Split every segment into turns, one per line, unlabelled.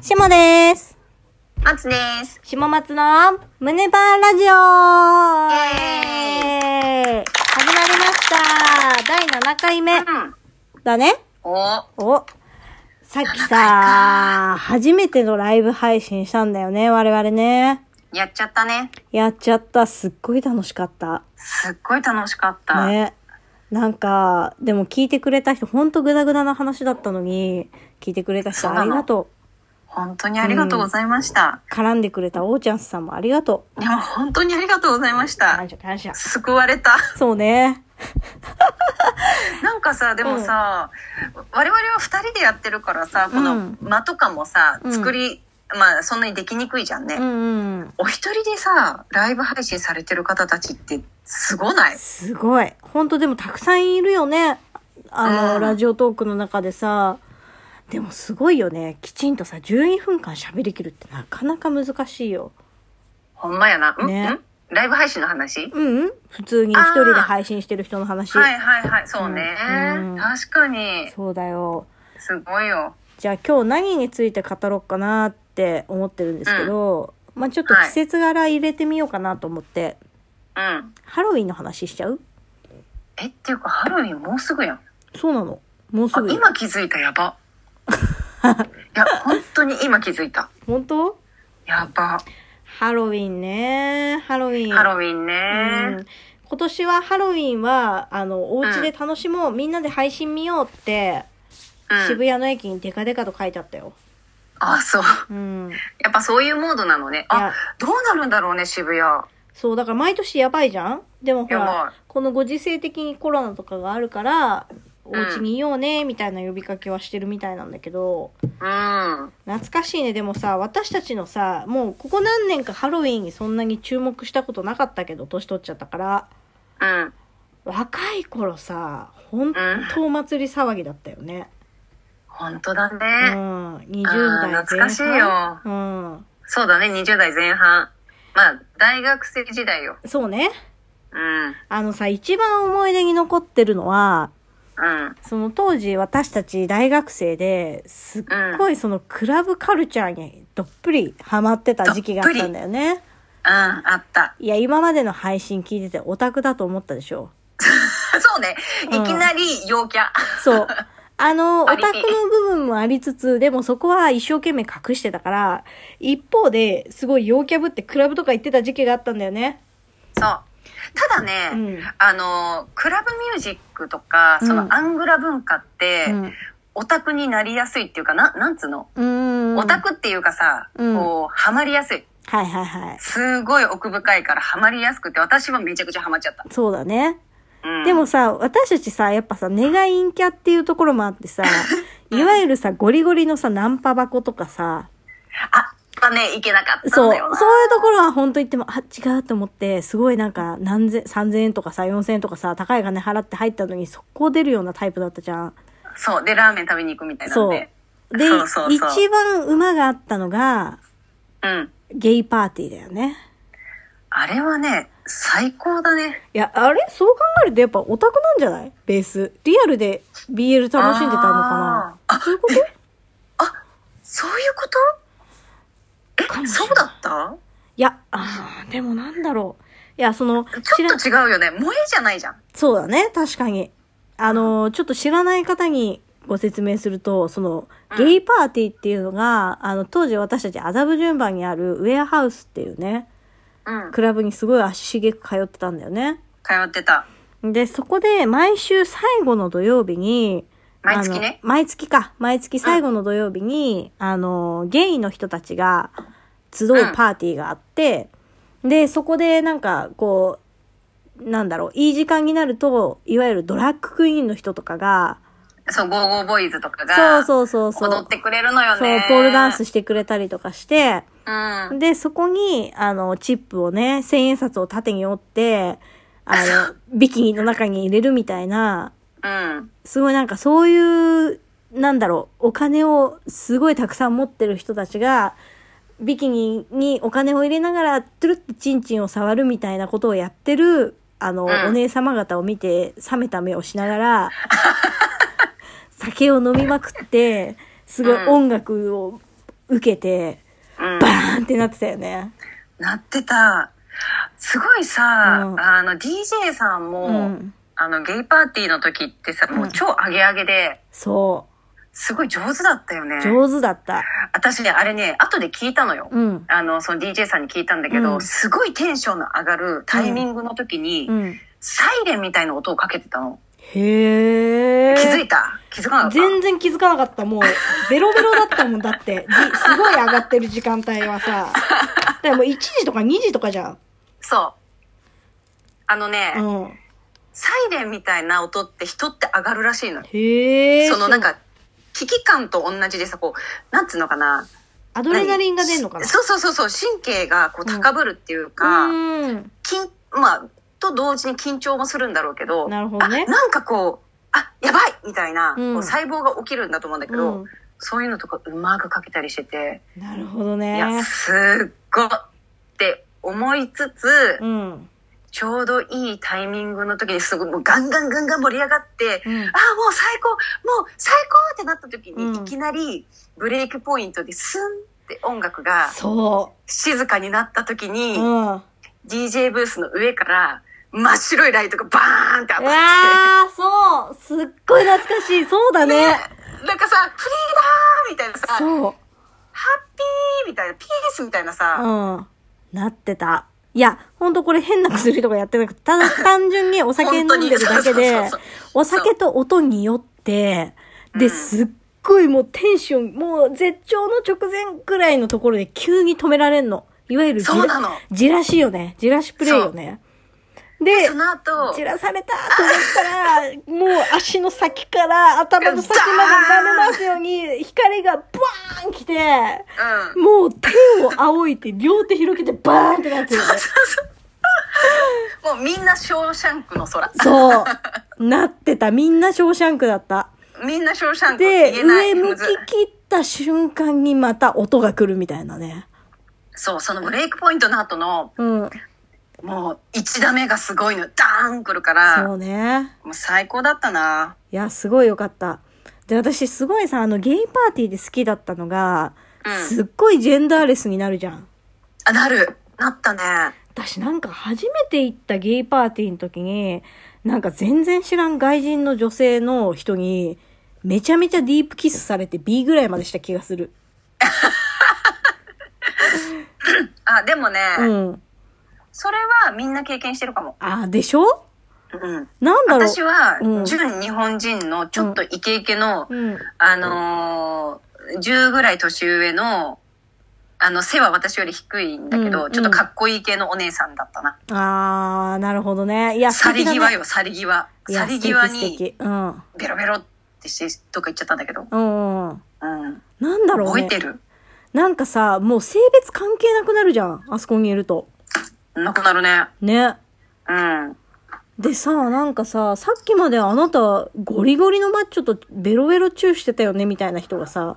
しもです。
アツです。
しもまつの胸バーラジオイエーイ始まりました第7回目
うん。
だね。
お
お、さっきさ、初めてのライブ配信したんだよね、我々ね。
やっちゃったね。
やっちゃった。すっごい楽しかった。
すっごい楽しかった。
ね。なんか、でも聞いてくれた人、ほんとグダグダな話だったのに、聞いてくれた
そ
人
うなの
ありがと
本当にありがとうございました。
う。絡んでくれたおーちゃんさんもありがとう。
でも本当にありがとうございました
感。謝感謝。
救われた。
そうね。
なんかさ、でもさ、我々は二人でやってるからさ、こ
う
の
ん
間とかもさ、
うん
作り、まあそんなにできにくいじゃんね。
うんうん。
お一人でさ、ライブ配信されてる方たちってすごない
すごい。ほんとでもたくさんいるよね。あの、
うん
ラジオトークの中でさ。でもすごいよね。きちんとさ、12分間喋りきるってなかなか難しいよ。
ほんまやな。ん、
ね
んライブ配信の話
うんうん。普通に一人で配信してる人の話。
はいはいはい。そうね。
うん
確かに。
そうだよ。
すごいよ。
じゃあ今日何について語ろうかなって思ってるんですけど、まあちょっと季節柄入れてみようかなと思って、
うん。
ハロウィンの話しちゃう
えっていうかハロウィンもうすぐやん
そうなの。もうす
あ
ぐ。
今気づいた やばいや本当に今気づいた
本当
やば
ハロウィンね。ハロウィン。
ハロウィン
う
ね
ん今年はハロウィンは、あの、お家で楽しもう、みんなで配信見ようって、
うん、
渋谷の駅にデカデカと書いてあったよ。
あそう
うん。
やっぱそういうモードなのね
いや
あどうなるんだろうね渋谷
そう、だから毎年やばいじゃんでもほ
やば
ら
い、
このご時世的にコロナとかがあるから、お家にいようね、みたいな呼びかけはしてるみたいなんだけど、
うん
懐かしいね。でもさ、私たちのさ、もうここ何年かハロウィンにそんなに注目したことなかったけど、年取っちゃったから、
うん
若い頃さ、本当お祭り騒ぎだったよね。
本当だ
う
ね、
ん、20代前半
あー懐かしいよ
うん。
そうだね20代前半まあ大学生時代よ
そうね。
うんうん
あのさ、一番思い出に残ってるのは、その当時私たち大学生ですっごいそのクラブカルチャーにどっぷりハマってた時期があったんだよね。
ああった。
いや、今までの配信聞いててオタクだと思ったでし ょ。
そうね。
うん
いきなり陽キャ。
そう。あの、オ
あ
タ
り
クの部分もありつつ、でもそこは一生懸命隠してたから、一方で、すごい陽キャぶってクラブとか行ってた時期があったんだよね。
そう。ただね、
うん
あの、クラブミュージックとか、
うん
そのアングラ文化って、
うん。
オタクになりやすいっていうか、ななんつうの、
うん。
オタクっていうかさ、
うん
こう、ハマりやすい。
はいはいはい。
すごい奥深いからハマりやすくて、私はめちゃくちゃハマっちゃった。
そうだね。
うん、
でも、さ、私たちさ、やっぱさ、ネガインキャっていうところもあってさ、いわゆるさ、ゴリゴリのさ、ナンパ箱とかさ、
あ、まあね、いけなかった
そう、そう
んだ
いう
よな。
ところは本当言っても、あ、違うと思って、すごいなんか、何千、3000円とかさ、4000円とかさ、高い金払って入ったのに、速攻出るようなタイプだったじゃん。
そう。で、ラーメン食べに行くみたいなん
そう。
で
で。、
そうそうそう
一番馬があったのが、
うん。
ゲイパーティーだよね。
あれはね、最高だね。
いや、あれそう考えるとやっぱオタクなんじゃないベース。リアルで BL 楽しんでたのか
あ
なそういうこと
そういうこと
か
え、
もし
そ
れ
う
ない
だった
いや、あーでもなんだろう。いや、その、
ち
知
ょ
ら
っ、と違うよね。萌えじゃないじゃん。
そうだね、確かに。あのー、ちょっと知らない方にご説明すると、その、ゲイパーティーっていうのが、あの、当時私たち麻布順番にあるウェアハウスっていうね、
うん。
クラブにすごい足しげく通ってたんだよね。
通ってた。
で、そこで毎週最後の土曜日に、
毎月ね
あの毎月か。毎月最後の土曜日に、あの、ゲイの人たちが集うパーティーがあって、で、そこでなんか、こう、なんだろう、いい時間になると、いわゆるドラッグクイーンの人とかが、
そう、ゴーゴーボーイズとか
そう
が、
そうそうそう。
踊ってくれるのよ
そう
ね。、
ポールダンス。してくれたりとかして、
うん。
で、そこに、あの、チップをね、千円札を縦に折って、あ の、ビキニの中に入れるみたいな、
うん。
すごいなんかそういう、なんだろう、お金をすごいたくさん持ってる人たちが、ビキニにお金を入れながら、トゥルッてチンチンを触るみたいなことをやってる、あの、
うん
お姉様方を見て、冷めた目をしなが ら、酒を飲みまくって、すごい音楽を、受けて、
うん
バーンってなってたよね。
なってた。すごいさ、
うん
あの、DJ さんも、
うん。
あの、ゲイパーティーの時ってさ、もう超アゲアゲで、
そ
すごい上手だったよね
う。。上手だった。
私ね、あれね、後で聞いたのよ。
うん。
あの、その DJ さんに聞いたんだけど、
うん
すごいテンションの上がるタイミングの時に、
うん。
サイレンみたいな音をかけてたの。
へえ。
気づいた気づかなかった
全然気づかなかった。もう、 ベロベロだったもんだって。じすごい上がってる時間帯は さ。だからもう1時とか2時とかじゃん。
そう。あのね、
うん。
サイレンみたいな音って人って上がるらしいのよ。
へえ。
そのなん、か、危機感と同じでさ、こう、なんつうのかな。
アドレナリンが出るのかな
そうそうそうそう、神経がこう高ぶるっていうか、
うん。
緊まあ、と同時に緊張もするんだろうけど、
なるほどね
あなんかこう、あ、やばいみたいな、
うん
こう細胞が起きるんだと思うんだけど、
うん。
そういうのとかうまくかけたりしてて、
なるほど
い
ね
や、。すっごって思いつつ、
うん。
ちょうどいいタイミングの時にすごいもうガンガンガンガン盛り上がって、
うん
ああ、もう最高もう最高ってなった時に、
うん
いきなりブレイクポイントでスンって音楽が
そ
静かになった時
う。
に、
うん。うわ
DJ ブースの上から真っ白いライトがバーンって当たっ
ー、そう。すっごい懐かしい。そうだね。
て、なんかさ、フリーだーみたいなさ、ハッ
そう。
ピーみたいな、ピースみたいなさ、
うん。なってた。いや、ほんとこれ変な薬とかやってなくて、 ただ単純にお酒飲んでるだけ
本当
で
にそうそうそうそう、
お酒と音によって、
う
で、
ん
すっごいもうテンション、もう絶頂の直前くらいのところで急に止められんの。いわゆるじ
そうなの
らじらしよね。じらしプレイよね。で
そ、の後、
じらされたと思ったら、もう足の先から頭の先まで丸出すように、光がバーン来て、
うん。
もう手を仰いで両手広げてバーンってなってるよね。
もうみんなショーシャンクの空。
そう。なってた。みんなショーシャンクだった。
みんなショーシャンク
で、
言えない。
上向
む
き
ず
切った瞬間にまた音が来るみたいなね。
そう、そのブレイクポイントの後の、
うん。
もう1打目がすごいの。ダーン来るか
そ
ら、
うね。
もう最高だったな。
いや、すごいよかった。で、私すごいさ、あの、ゲイパーティーで好きだったのが、
うん
すっごいジェンダーレスになるじゃん。
あ、なる。なったね。
私なんか初めて行ったゲイパーティーの時に、なんか全然知らん外人の女性の人に、めちゃめちゃディープキスされて B ぐらいまでした気がする。
あ、でもね、
うん。
それはみんな経験してるかも。
あ、でしょ
うん。
なんだろう。
私は
う、ん
純日本人のちょっとイケイケの、
うん。
あのー、10ぐらい年上の、あの、背は私より低いんだけど、
うん
ちょっとかっこいい系のお姉さんだったな。
あー、なるほどね。いや、
去り
素敵
際
だね
よ、去り際。
いや
去り際
素敵素
に、
敵うん。
ベロベロってして、どっか行っちゃったんだけど。
うんうん。
うん。
なんだろう
覚え
ね。
てる
なんかさ、もう性別関係なくなるじゃん。あそこにいると。
なくなるね。
ね。
うん。
でさ、なんかさ、さっきまであなたゴリゴリのマッチョとベロベロチューしてたよねみたいな人がさ、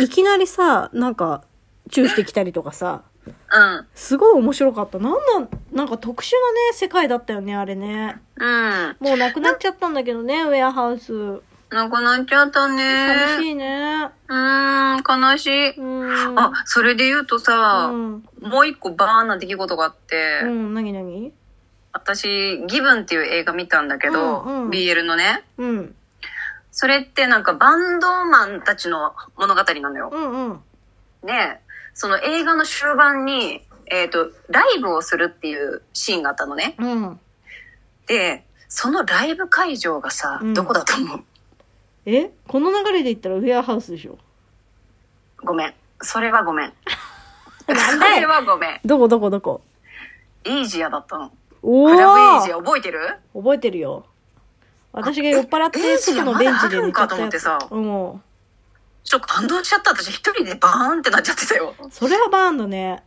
いきなりさ、なんかチューしてきたりとかさ、
うん。
すごい面白かった。なんなん、なんか特殊なね、世界だったよね、あれね。
うん。
もうなくなっちゃったんだけどね、ウェアハウス。
なくなっちゃった
寂しい
ね。
ね。
うーん、悲し
う
い。
ん。
あ、それで言うとさ
う、ん。
もう一個バーンな出来事があって、
うん、なになに
私、ギブンっていう映画見たんだけど、
うんうん
BL のね。
うん。
それってなんかバンドマンたちの物語なのよ。
うんうん。
で、その映画の終盤に、えっ、と、ライブをするっていうシーンがあったのね。
うん。
で、そのライブ会場がさ、
うん
どこだと思う
えこの流れで言ったらウェアハウスでしょ
ごめん。それはごめん。
なんだよ
それはごめん。
どこどこどこ
イージアだったの。
お
ク
ー
ラブイージア覚えてる
覚えてるよ。私が酔っ払っ
あ
て
え
外のベンチで寝ちゃった
エイ
や
ジ
つ。
がまだあるんかと
うん。
ちょっと感動しちゃった。私一人でバーンってなっちゃってた よ。
それはバーンだね。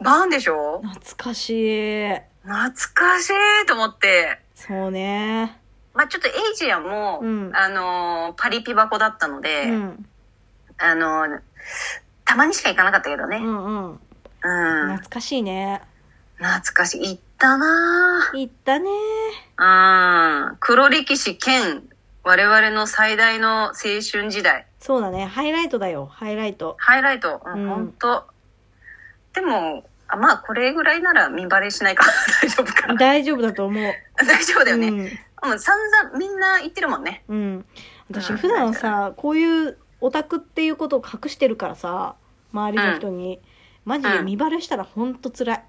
バーンでしょ
懐かしい。
懐かしいと思って。
そうね。
まあちょっとエイジアも、
うん
あのーパリピ箱だったので、
うん。
あのーたまにしか行かなかったけどね。
う
う
ん
ん。
うん。懐かしいね。
懐かしい。行ったなぁ
行ったね。
うん。黒歴史兼我々の最大の青春時代。
そうだね。ハイライトだよ。ハイライト。
ハイライト。うん、
うん
本当でも、あまあ、これぐらいなら見バレしない から大丈夫か。
大丈夫だと思う。
大丈夫だよね。
う
も
ん
う散々みんな言ってるもんね。
うん、私
うん
普段さこういうオタクっていうことを隠してるからさ周りの人に、マジで
うん
見バレしたらほんとつらい、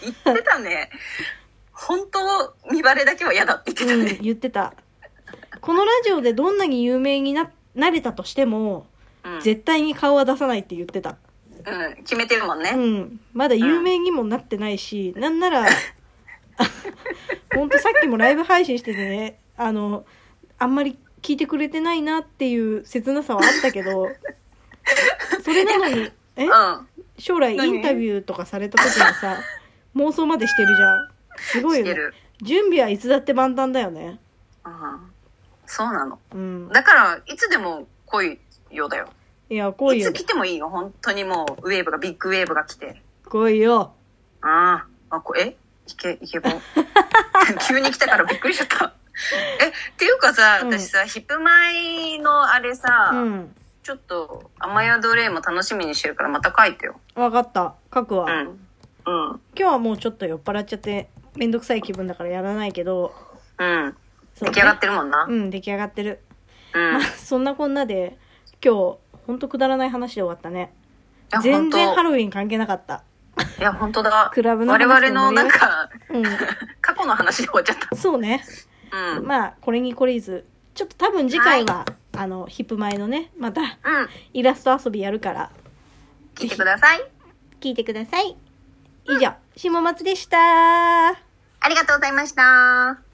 言ってたね。 本当見バレだけは嫌だって言って
う
た
ん
ね。
言ってたこのラジオでどんなに有名にななれたとしても
うん。うん、
絶対に顔は出さないって言ってた、
決めてるもん
う
ね。
ん、まだ有名にもなってないし、なんな らほんとさっきもライブ配信しててねあのあんまり聞いてくれてないなっていう切なさはあったけどそれなのにえ
うん。
将来
何
インタビューとかされた時にさ妄想までしてるじゃんすごい
し
よ
て
ね
る。
準備はいつだって万端だよね
うん。そうなの。
うん
だから、いつでも来いようだよ。
いや来い
い
よ
つ来てもいいよ。本当にもう、ウェーブが、ビッグウェーブが来て。
来いよ
ああ、あ、こえいけ、い けぼ。急に来たからびっくりしちゃった。え、っていうかさ、
うん
私さ、ヒップマイのあれさ、
うん
ちょっと、雨宿れも楽しみにしてるからまた書いてよ。
分かった書くわ、
うん。
今
うん。
日はもうちょっと酔っ払っちゃってめんどくさい気分だからやらないけど
うん。
そうね
出来上がってるもんな。
うん出来上がってる、
うん。
まあそんなこんなで今日ほんとくだらない話で終わったね
いや、
全
本当
然ハロウィン関係なかった
いや、本当だ。
クラブの話
我
も
々のなんか、
う
過去の話で終わっちゃっ
んそうね
た。うん。
まあこれにこりずちょっと多分次回は、あのヒップ前のねまた
うん。
イラスト遊びやるから
聞いてください。
聞いてください以上下松でした
ありがとうございました。